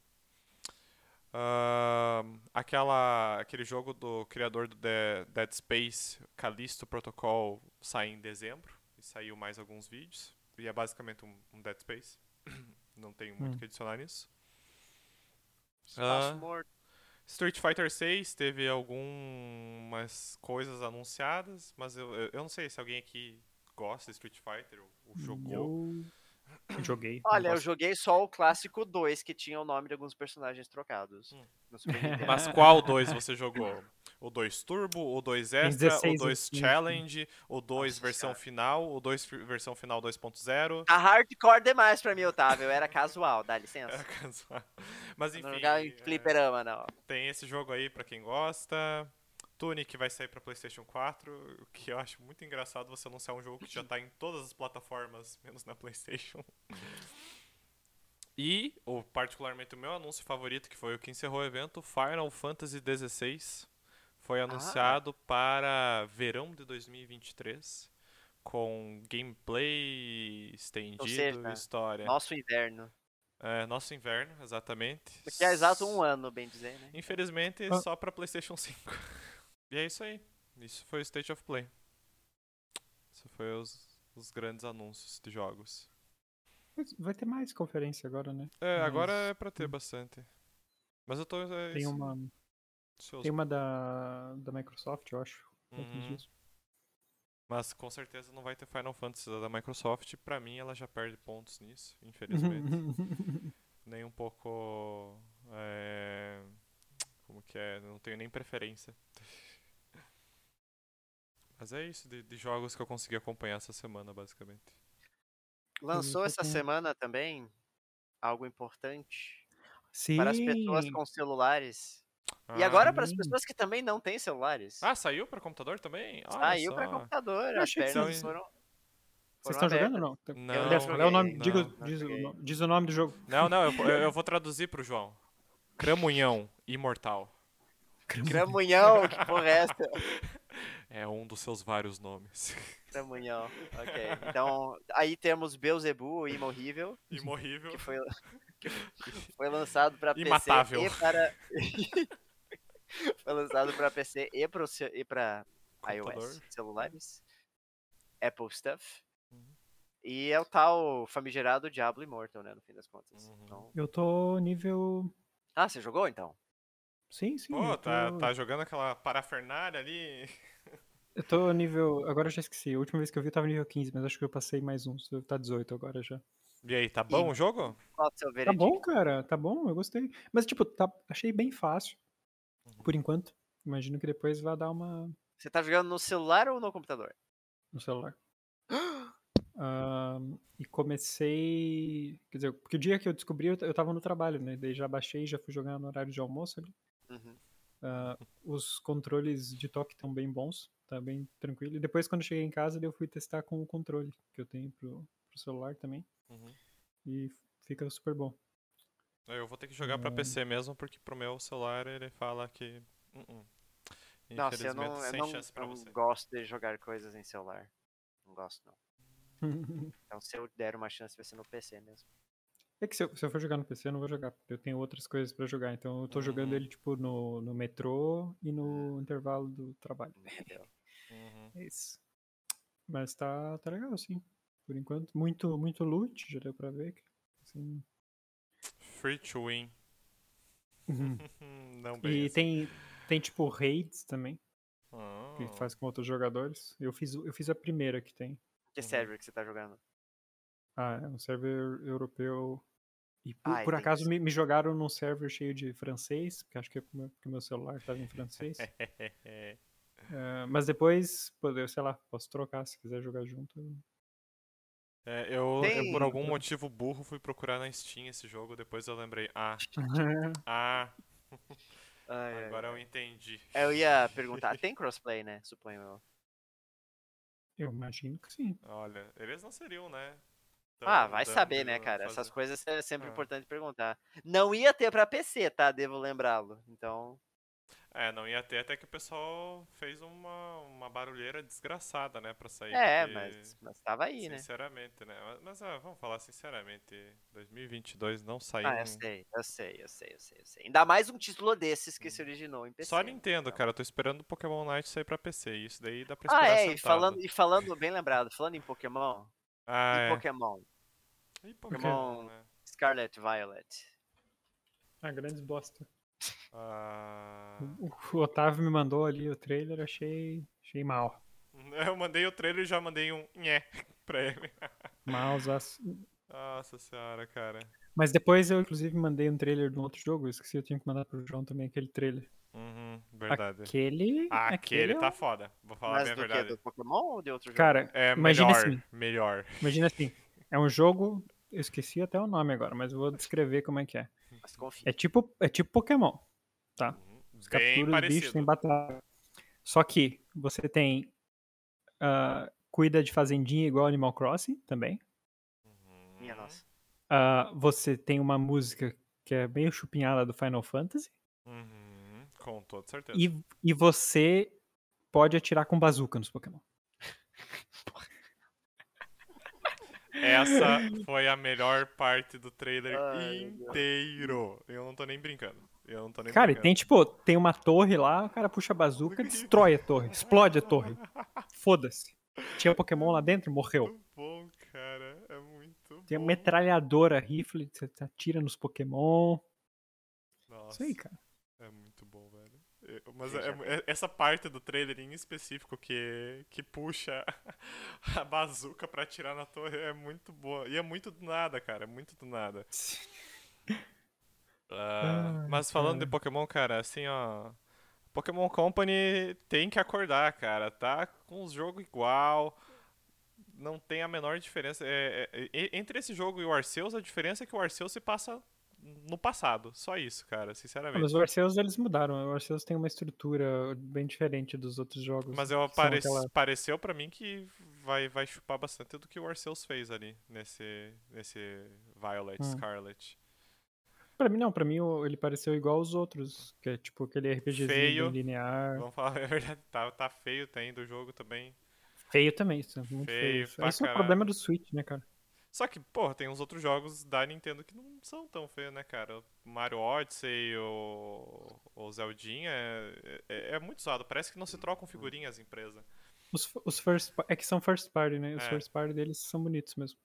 S1: Ah, aquela, aquele jogo do criador do De- Dead Space, Callisto Protocol, sai em dezembro. E saiu mais alguns vídeos. E é basicamente um, um Dead Space. [COUGHS] Não tenho muito o
S2: Hum.
S1: que adicionar nisso.
S3: Espaço
S1: Ah.
S3: morto.
S1: Street Fighter 6 teve algumas coisas anunciadas, mas eu, eu, eu não sei se alguém aqui gosta de Street Fighter ou, ou jogou. [CLEARS THROAT]
S2: Eu joguei.
S3: Olha,
S2: não
S3: eu
S2: gosto.
S3: joguei só o clássico 2, que tinha o nome de alguns personagens trocados.
S1: Hum.
S3: No [LAUGHS] Super Nintendo.
S1: Mas qual dois você jogou? O 2 Turbo, o 2 Extra, o
S2: 16
S1: 2
S2: antes, né?
S1: Challenge, o 2
S3: Nossa
S1: versão
S3: senhora.
S1: final, o 2 fi- versão final 2.0.
S3: Tá hardcore demais pra mim, Otávio. Eu era casual, [LAUGHS] dá
S1: É,
S3: licença.
S1: casual. [LAUGHS] Mas enfim,
S3: não jogava em
S1: é,
S3: fliperama, não.
S1: tem esse jogo aí pra quem gosta. Tunic vai sair pra PlayStation 4, o que eu acho muito engraçado você anunciar um jogo que já tá em todas as plataformas, [LAUGHS] menos na PlayStation. E, ou particularmente o meu anúncio favorito, que foi o que encerrou o evento, Final Fantasy XVI,
S3: Ah.
S1: foi anunciado para verão de 2023, com gameplay estendido
S3: seja,
S1: e história.
S3: Nosso inverno.
S1: É, nosso inverno, exatamente.
S3: Porque é exato um ano, bem dizer, né?
S1: Infelizmente,
S2: Ah.
S1: só pra PlayStation 5. [LAUGHS] E é isso aí. Isso foi o State of Play. Isso foi os, os grandes anúncios de jogos.
S2: Mas Vai ter mais conferência agora, né?
S1: É,
S2: Mas-
S1: agora é pra ter bastante. Mas eu tô é,
S2: Tem
S1: isso,
S2: uma,
S1: ansioso.
S2: tem uma da, da Microsoft, eu acho. outros
S1: Uhum.
S2: dias.
S1: Mas com certeza não vai ter Final Fantasy da da Microsoft. Pra mim, ela já perde pontos nisso,
S2: Uhum.
S1: infelizmente. nem um pouco. é, Como que é? Não tenho nem preferência. Mas é isso, de, de jogos que eu consegui acompanhar essa semana, basicamente.
S3: Lançou
S2: Hum,
S3: essa
S2: tem-
S3: semana também algo importante
S2: [LAUGHS] Sim.
S3: para as pessoas com celulares. E
S1: Ah.
S3: agora para as
S2: Hum.
S3: pessoas que também não têm celulares.
S1: Ah, saiu pra computador também? Olha
S3: Saiu
S1: só.
S3: para computador,
S2: Eu
S3: as
S2: achei que
S3: pernas
S1: vocês-
S3: foram.
S2: Vocês
S3: foram
S2: estão jogando ou
S3: abertas.
S2: não?
S1: Não,
S2: Aliás, qual é o nome?
S1: não,
S2: Diga-
S3: não
S2: diz, o
S3: joguei.
S2: no- diz o nome do jogo.
S1: Não,
S3: [LAUGHS]
S1: não, eu, eu, eu vou traduzir pro João. Cramunhão Imortal.
S3: Cramunhão, que porra é essa?
S1: É um dos seus vários nomes.
S3: Cramunhão. Ok. Então, aí temos Beelzebub, o Imorrível, horrível,
S1: Imorrível.
S3: que foi, foi lançado para PC
S1: Imatável.
S3: e para. [LAUGHS] foi lançado para PC e para e pra iOS,
S1: Computador.
S3: celulares, Apple Stuff.
S1: Uhum.
S3: E é o tal famigerado Diablo Immortal, né? No fim das contas.
S1: Uhum.
S3: Então-
S2: Eu tô nível.
S3: Ah, você jogou então?
S2: Sim, sim.
S1: Pô,
S2: eu
S1: tá,
S2: tô-
S1: tá jogando aquela parafernália ali.
S2: Eu tô nível. Agora eu já esqueci. A última vez que eu vi eu tava nível 15, mas acho que eu passei mais um. Devo estar 18 agora já.
S1: E aí, tá bom o jogo?
S3: Qual é o seu
S2: Tá
S3: veredicto?
S2: bom, cara. Tá bom, eu gostei. Mas, tipo, tá... achei bem fácil. Por enquanto. Imagino que depois vai dar uma.
S3: Você tá jogando no celular ou no computador?
S2: no celular. Ahn, e comecei. Quer dizer, porque o dia que eu descobri, eu, t- eu tava no trabalho, né? Daí já baixei, já fui jogar no horário de almoço ali.
S3: Uhum.
S2: Ah, os controles de toque estão bem bons, tá bem tranquilo. E depois, quando eu cheguei em casa, daí eu fui testar com o controle que eu tenho pro, pro celular também.
S1: Uhum.
S2: E fica super bom. [LAUGHS]
S1: Eu vou ter que jogar pra
S2: Hum.
S1: PC mesmo, porque pro meu celular ele fala que. "Uh-uh".
S3: Nossa, eu
S1: Infelizmente,
S3: não, eu
S1: sem
S3: não,
S1: chance pra
S3: eu não
S1: você.
S3: gosto de jogar coisas em celular. Não gosto, não. Então, se eu der uma chance, vai ser no PC mesmo.
S2: É que se eu, se eu for jogar no PC, eu não vou jogar, porque eu tenho outras coisas pra jogar. Então eu tô jogando
S1: Uhum.
S2: ele, tipo, no, no metrô e no intervalo do trabalho.
S3: Entendeu?
S1: Uhum.
S2: É isso. Mas tá, tá legal, sim. Por enquanto. Muito, muito loot, já deu pra ver. que,
S1: [LAUGHS]
S2: assim,
S1: Free to win. não bem.
S2: e
S1: assim.
S2: tem, tem tipo raids também,
S1: Ah.
S2: que faz com outros jogadores. Eu fiz, eu fiz a primeira que tem.
S3: Que
S1: Uhum.
S3: server que você tá jogando?
S2: Ah, é um server europeu. E por,
S1: Ah,
S3: Ai,
S2: por
S3: tem
S2: acaso
S3: isso.
S2: me, me jogaram num server cheio de francês, porque acho que é porque meu- porque meu celular tava em
S1: [LAUGHS]
S2: francês. Ah, mas depois, pô, eu sei lá, posso trocar se quiser jogar junto.
S1: É, eu, eu
S3: Tem-
S1: por algum motivo
S2: [LAUGHS]
S1: burro, fui procurar na Steam esse jogo, depois eu lembrei. Ah, ah.
S3: Ai, ai.
S1: Agora eu entendi.
S3: Eu ia perguntar, tem crossplay, né? Suponho eu.
S2: Eu imagino que sim.
S1: Olha, eles não seriam, né? Tão
S3: Ah, vai
S1: dando pra
S3: saber, né,
S1: não
S3: cara?
S1: então fazer.
S3: Essas coisas é sempre
S1: Ah.
S3: importante perguntar. Não ia ter pra PC, tá? Devo lembrá-lo. Então,
S1: É, não ia ter até que o pessoal fez uma, uma barulheira desgraçada, né, pra sair.
S3: é,
S1: porque,
S3: mas, mas tava aí, né?
S1: Sinceramente, né? Mas, mas, ah, vamos falar sinceramente, 2022 não saiu.
S3: Ah, eu
S1: um-
S3: sei, eu sei, eu sei, eu sei, eu sei. Ainda mais um título desses que se originou em PC.
S1: Uhum. Só
S3: né?
S1: Nintendo,
S3: Então-
S1: cara. Eu tô esperando o Pokémon Night sair pra PC. Isso daí dá pra
S3: Ah,
S1: esperar
S3: é, e
S1: sentado.
S3: falando, e falando, bem lembrado, falando em Pokémon,
S1: Ah,
S3: em
S1: é.
S3: Pokémon,
S1: E
S3: Pokémon-
S1: né?
S3: Scarlet Violet.
S2: Ah, grandes bosta.
S1: Ah... [LAUGHS]
S2: O, o Otávio me mandou ali o trailer, achei, achei mal.
S1: Eu mandei o trailer e já mandei um nhé [LAUGHS] pra ele.
S2: Malzaço.
S1: Nossa senhora, cara.
S2: Mas depois eu, inclusive, mandei um trailer de um outro jogo. Eu esqueci, eu tinha que mandar pro João também aquele trailer.
S1: Uhhum, Uhum, verdade.
S2: Aquele.
S1: É. Aquele
S2: é
S1: tá
S2: um-
S1: foda. Vou falar
S3: Mas
S1: bem a
S3: do
S1: verdade.
S3: que? Do Pokémon ou de outro jogo?
S2: Cara,
S1: É
S2: Imagina
S1: melhor,
S2: assim.
S1: melhor.
S2: imagina assim. É um jogo. Eu esqueci até o nome agora, mas eu vou descrever como é que é.
S3: Mas confia.
S2: É tipo, é tipo Pokémon. Tá? Os
S1: Uhum, Bem
S2: captura os bichos,
S1: parecido.
S2: tem batalha. Só que você tem. ah, cuida de fazendinha igual Animal Crossing também.
S1: Uhum.
S3: Minha nossa.
S2: Ah, você tem uma música que é meio chupinhada do Final Fantasy.
S1: Uhum, Com toda certeza.
S2: E, e você pode atirar com bazuca nos Pokémon. [LAUGHS]
S1: Essa foi a melhor parte do trailer
S3: Ai, meu Deus.
S1: inteiro. Eu não tô nem brincando. Eu não tô nem
S2: Cara, e
S1: brincando.
S2: tem tipo, tem uma torre lá, o cara puxa
S1: [LAUGHS]
S2: a bazuca, destrói a torre, explode a torre. Foda-se. Tinha Pokémon lá dentro, morreu.
S1: Muito bom, cara. É muito
S2: Tem
S1: bom.
S2: uma metralhadora, rifle, você atira nos Pokémon.
S1: Nossa,
S2: Isso aí, cara.
S1: é muito bom, velho. Eu- Mas
S3: Veja
S1: é- é- essa parte do trailer em específico que, que puxa [LAUGHS] a bazuca pra atirar na torre é muito boa. E é muito do nada, cara. É muito do nada. Ah,
S2: Ai,
S1: mas falando de
S2: cara.
S1: Pokémon, cara, assim, ó. Pokémon Company tem que acordar, cara. Tá com os jogos igual. Não tem a menor diferença. É, é, é, entre esse jogo e o Arceus, a diferença é que o Arceus se passa no passado. Só isso, cara,
S2: Ah,
S1: sinceramente.
S2: Mas o Arceus eles mudaram. O Arceus tem uma estrutura bem diferente dos outros jogos.
S1: Mas é eu
S2: que são
S1: apare-
S2: aquela-
S1: pareceu pra mim que vai, vai chupar bastante do que o Arceus fez ali nesse, nesse Violet,
S2: Hum.
S1: Scarlet.
S2: Pra mim não, pra mim o- ele pareceu igual aos outros, que é tipo aquele RPGzinho bem
S1: Feio.
S2: linear.
S1: Vamos falar [LAUGHS] a verdade, tá, tá feio tem do jogo também.
S2: Feio também, isso é muito
S1: Feio
S2: feio. isso.
S1: pra
S2: Esse é o
S1: caralho.
S2: problema do Switch, né, cara?
S1: Só que, porra, tem uns outros jogos da Nintendo que não são tão feios, né, cara? O Mario Odyssey, o, o Zeldinha, é, é- é muito zoado. Parece que não se
S2: Uhum.
S1: trocam figurinhas as empresas.
S2: Os, f- os first pa- é que são first party, né? Os
S1: É.
S2: first party deles são bonitos mesmo.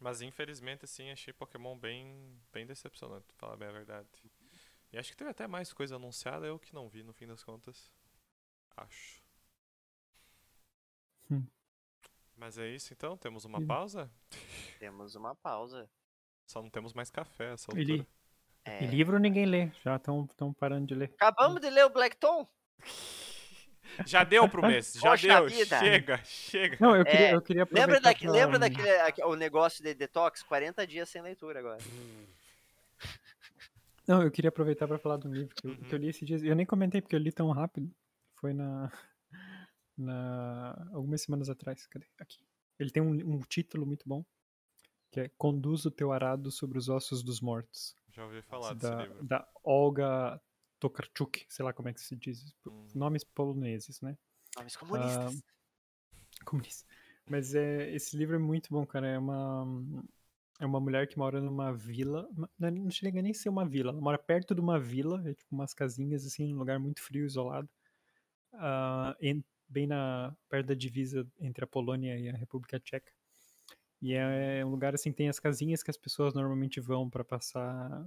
S1: Mas, infelizmente, assim, achei Pokémon bem, bem decepcionante, pra falar bem a verdade. E acho que teve até mais coisa anunciada, eu que não vi, no fim das contas. Acho.
S2: Hum.
S1: Mas é isso, então. Temos uma
S2: Hum.
S1: pausa.
S3: Temos uma pausa.
S1: Só não temos mais café a essa altura.
S2: Ele-
S3: É.
S2: E livro ninguém lê, já estão parando de ler.
S3: Acabamos de ler o Blackton.
S1: Já deu
S2: [LAUGHS]
S1: pro mês, já
S3: Poxa
S1: deu.
S3: vida.
S1: Chega, chega.
S2: Não, eu
S3: É,
S2: queria, eu queria
S3: Lembra,
S2: aproveitar
S3: daqui,
S2: pra-
S3: lembra daquele aque- o negócio de detox? 40 dias sem leitura agora.
S2: Não, eu queria aproveitar pra falar de um livro que eu, que eu
S1: Uhum.
S2: li esses dias. Eu nem comentei porque eu li tão rápido. Foi na. [LAUGHS] na algumas semanas atrás. Cadê? Aqui. Ele tem um, um título muito bom. Que é Conduz o teu arado sobre os ossos dos mortos.
S1: Já ouvi falar desse
S2: da,
S1: livro.
S2: da Olga Tokarczuk. Sei lá como é que se diz.
S1: Hum.
S2: Nomes poloneses, né?
S3: Nomes comunistas.
S2: [LAUGHS] comunista. Mas é, esse livro é muito bom, cara. É uma, é uma mulher que mora numa vila. ma- Não, é, não chega nem a ser uma vila. Ela mora perto de uma vila, é tipo umas casinhas, assim, num lugar muito frio, isolado. ah, en- bem na, perto da divisa entre a Polônia e a República Tcheca. E é um lugar assim, que tem as casinhas que as pessoas normalmente vão para passar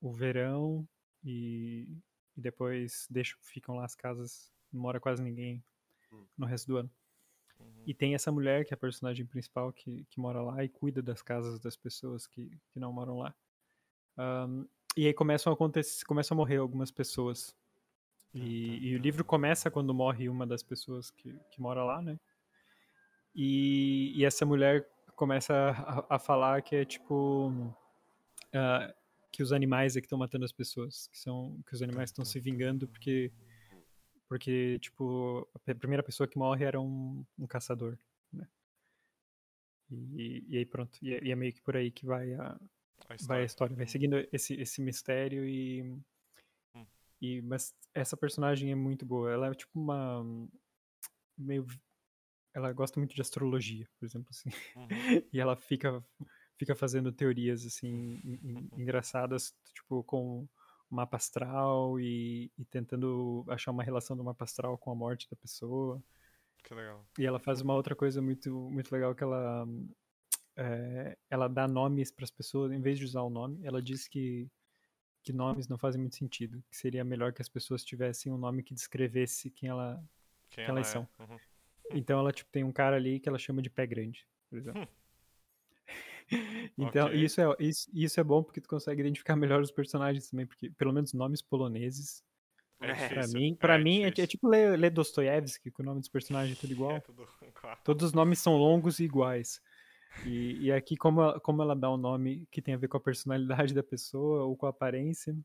S2: o verão e, e depois deixam, ficam lá as casas, não mora quase ninguém
S3: Hum.
S2: no resto do ano.
S1: Uhum.
S2: E tem essa mulher, que é a personagem principal, que, que mora lá e cuida das casas das pessoas que, que não moram lá. Ahn, e aí começam a, acontecer, começam a morrer algumas pessoas. E, e o livro começa quando morre uma das pessoas que, que mora lá, né? E, e essa mulher começa a, a falar que é tipo. ah, que os animais é que estão matando as pessoas, que são que os animais estão se vingando porque porque tipo a primeira pessoa que morre era um, um caçador, né? E, e aí pronto, e é, e é meio que por aí que vai a
S1: A história.
S2: vai a
S1: Uhum.
S2: história, vai seguindo esse esse mistério e
S1: Hum.
S2: e mas essa personagem é muito boa, ela é tipo uma meio ela gosta muito de astrologia, por exemplo, assim.
S1: Uhum.
S2: [LAUGHS] E ela fica, fica fazendo teorias, assim, en-
S1: Uhum.
S2: en- engraçadas, tipo, com o mapa astral e, e tentando achar uma relação do mapa astral com a morte da pessoa.
S1: Que legal.
S2: E ela faz uma outra coisa muito, muito legal que ela... hum, eh, ela dá nomes para as pessoas, em vez de usar o nome, ela diz que, que nomes não fazem muito sentido, que seria melhor que as pessoas tivessem um nome que descrevesse quem ela,
S1: Quem
S2: Que
S1: ela
S2: elas
S1: é?
S2: são.
S1: Uhum.
S2: então ela tipo, tem um cara ali que ela chama de pé grande, por exemplo. [LAUGHS] então
S1: Hum. Ok.
S2: isso é isso, isso é bom porque tu consegue identificar melhor os personagens também, porque pelo menos nomes poloneses
S1: É
S3: É.
S2: pra
S1: difícil.
S2: mim, para
S1: é
S2: mim é, ti- é
S1: difícil.
S2: tipo ler, ler Dostoiévski, que o nome dos personagens é tudo igual.
S1: [LAUGHS] É tudo claro.
S2: Todos os nomes são longos e iguais. E, e aqui como ela, como ela dá um nome que tem a ver com a personalidade da pessoa ou com a aparência,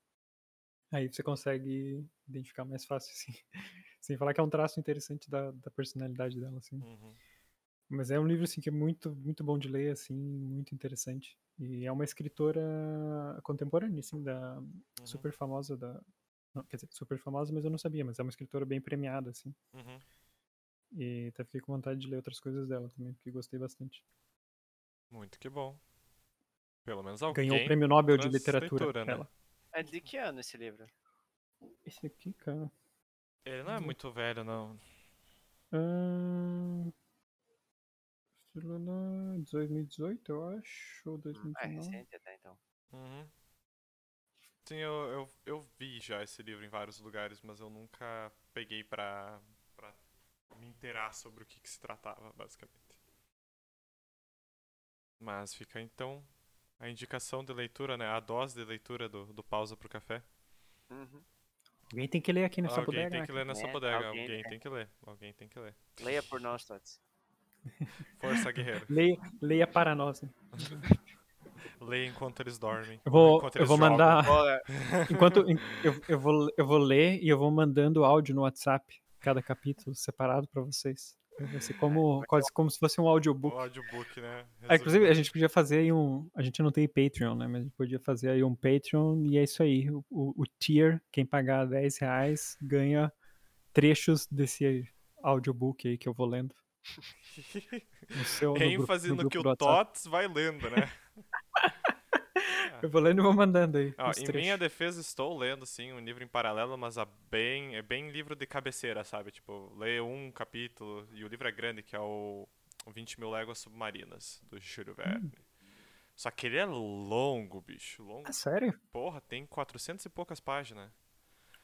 S2: aí você consegue identificar mais fácil assim. [LAUGHS] Sem falar que é um traço interessante da, da personalidade dela assim.
S1: Uhum.
S2: Mas é um livro assim que é muito muito bom de ler assim, muito interessante. E é uma escritora contemporânea assim, da super famosa da não, quer dizer, super famosa, mas eu não sabia, mas é uma escritora bem premiada assim.
S1: Uhum.
S2: E até fiquei com vontade de ler outras coisas dela também, porque gostei bastante.
S1: Muito que bom. Pelo menos alguém.
S2: Ganhou o prêmio Nobel de
S1: trans-
S2: literatura
S1: leitura, né?
S2: ela.
S3: É de que ano esse livro?
S2: Esse aqui, cara.
S1: Ele não é muito velho, não.
S2: Ahn, sei lá, lá, 2018, eu acho, ou
S3: Ah, é
S2: 2019.
S3: recente até então.
S1: Uhum. Sim, eu, eu, eu vi já esse livro em vários lugares, mas eu nunca peguei pra, pra me inteirar sobre o que, que se tratava, basicamente. Mas fica então a indicação de leitura, né? A dose de leitura do, do Pausa pro Café.
S3: Uhum.
S2: Alguém tem que ler aqui nessa
S1: alguém
S2: bodega.
S1: tem
S2: né,
S1: que ler nessa
S3: É,
S1: bodega,
S3: alguém-
S1: alguém, tem que ler, alguém tem que ler.
S3: Leia por nós
S2: [LAUGHS]
S3: todos.
S1: Força, guerreiro.
S2: cara? Leia, leia para nós. né?
S1: Leia enquanto eles dormem.
S2: Eu vou,
S1: enquanto
S2: eu
S1: eles
S2: vou
S1: jogam.
S2: mandar.
S3: Olha,
S2: [LAUGHS] Enquanto en- eu, eu, vou, eu vou ler e eu vou mandando áudio no WhatsApp, cada capítulo separado para vocês. Vai ser como, quase como se fosse um audiobook.
S1: O audiobook, né?
S2: Ah, inclusive, a gente podia fazer aí um. A gente não tem Patreon, né? Mas a gente podia fazer aí um Patreon e é isso aí. O, o- o tier, quem pagar 10 reais, ganha trechos desse audiobook aí que eu
S1: [LAUGHS]
S2: vou lendo.
S1: Resumindo.
S2: No seu, no grupo-
S1: ênfase no,
S2: grupo
S1: que
S2: do
S1: o
S2: WhatsApp.
S1: Tots vai lendo, né?
S2: Eu vou lendo e vou mandando aí.
S1: Ó,
S2: os
S1: em
S2: trechos.
S1: minha defesa, estou lendo, sim, um livro em paralelo, mas é bem, é bem livro de cabeceira, sabe? Tipo, leio um capítulo, e o livro é grande, que é o 20 Mil Léguas Submarinas, do Júlio Verne. Só que ele é longo, bicho. Longo,
S2: Ah, sério?
S1: porra, tem 400 e poucas páginas.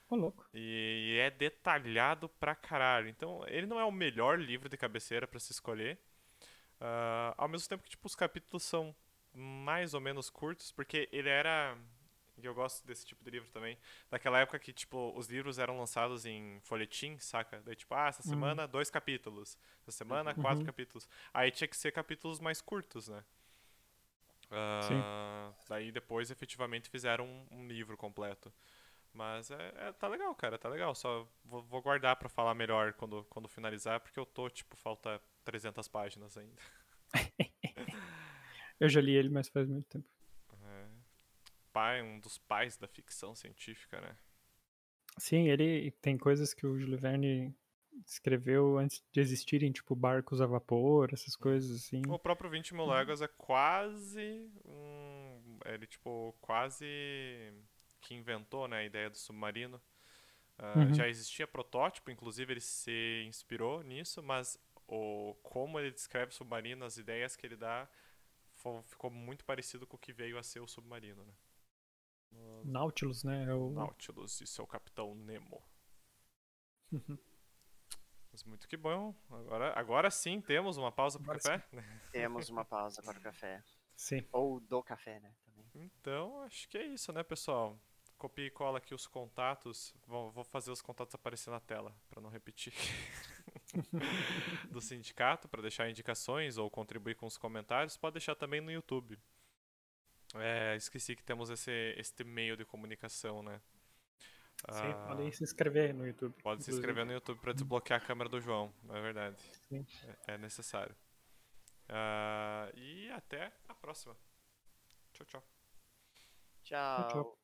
S2: Ô, louco.
S1: E é detalhado pra caralho. Então, ele não é o melhor livro de cabeceira pra se escolher. Ah, ao mesmo tempo que, tipo, os capítulos são mais ou menos curtos, porque ele era. E eu gosto desse tipo de livro também. Daquela época que, tipo, os livros eram lançados em folhetim, saca? Daí, tipo, ah, essa
S2: Uhum.
S1: semana dois capítulos. Essa semana quatro
S2: Uhum.
S1: capítulos. Aí tinha que ser capítulos mais curtos, né? Ah, Daí depois efetivamente fizeram um, um livro completo. Mas é, é- tá legal, cara, tá legal. Só vou, vou guardar pra falar melhor quando, quando finalizar, porque eu tô, tipo, falta 300 páginas ainda. [LAUGHS]
S2: Eu já li ele, mas faz muito tempo.
S1: É. Pai, um dos pais da ficção científica, né?
S2: Sim, ele tem coisas que o Júlio Verne escreveu antes de existirem, tipo barcos a vapor, essas coisas assim.
S1: O próprio 20 mil léguas é quase um. Ele, tipo, quase que inventou né, a ideia do submarino. Ah,
S2: Uhum.
S1: Já existia protótipo, inclusive ele se inspirou nisso, mas o como ele descreve o submarino, as ideias que ele dá, fo- ficou muito parecido com o que veio a ser o submarino, né?
S2: Nautilus, né? É o...
S1: Nautilus e seu capitão Nemo.
S2: Uhum.
S1: Mas muito que bom. Agora, agora sim temos uma pausa para
S2: Agora
S1: café.
S3: temos uma pausa para o café.
S2: Sim.
S3: Ou do café, né? Também.
S1: Então, acho que é isso, né, pessoal? Copia e cola aqui os contatos. Vou, vou fazer os contatos aparecer na tela, para não repetir. [LAUGHS] Do sindicato, para deixar indicações ou contribuir com os comentários. Pode deixar também no YouTube. É, esqueci que temos esse, este meio de comunicação, né?
S2: Sim,
S1: Ah,
S2: podem se inscrever aí no YouTube.
S1: pode se
S2: inclusive.
S1: inscrever no YouTube para desbloquear a câmera do João, é verdade.
S2: Sim.
S1: É é necessário. Ah, e até a próxima. Tchau, tchau.
S3: Tchau.
S2: tchau.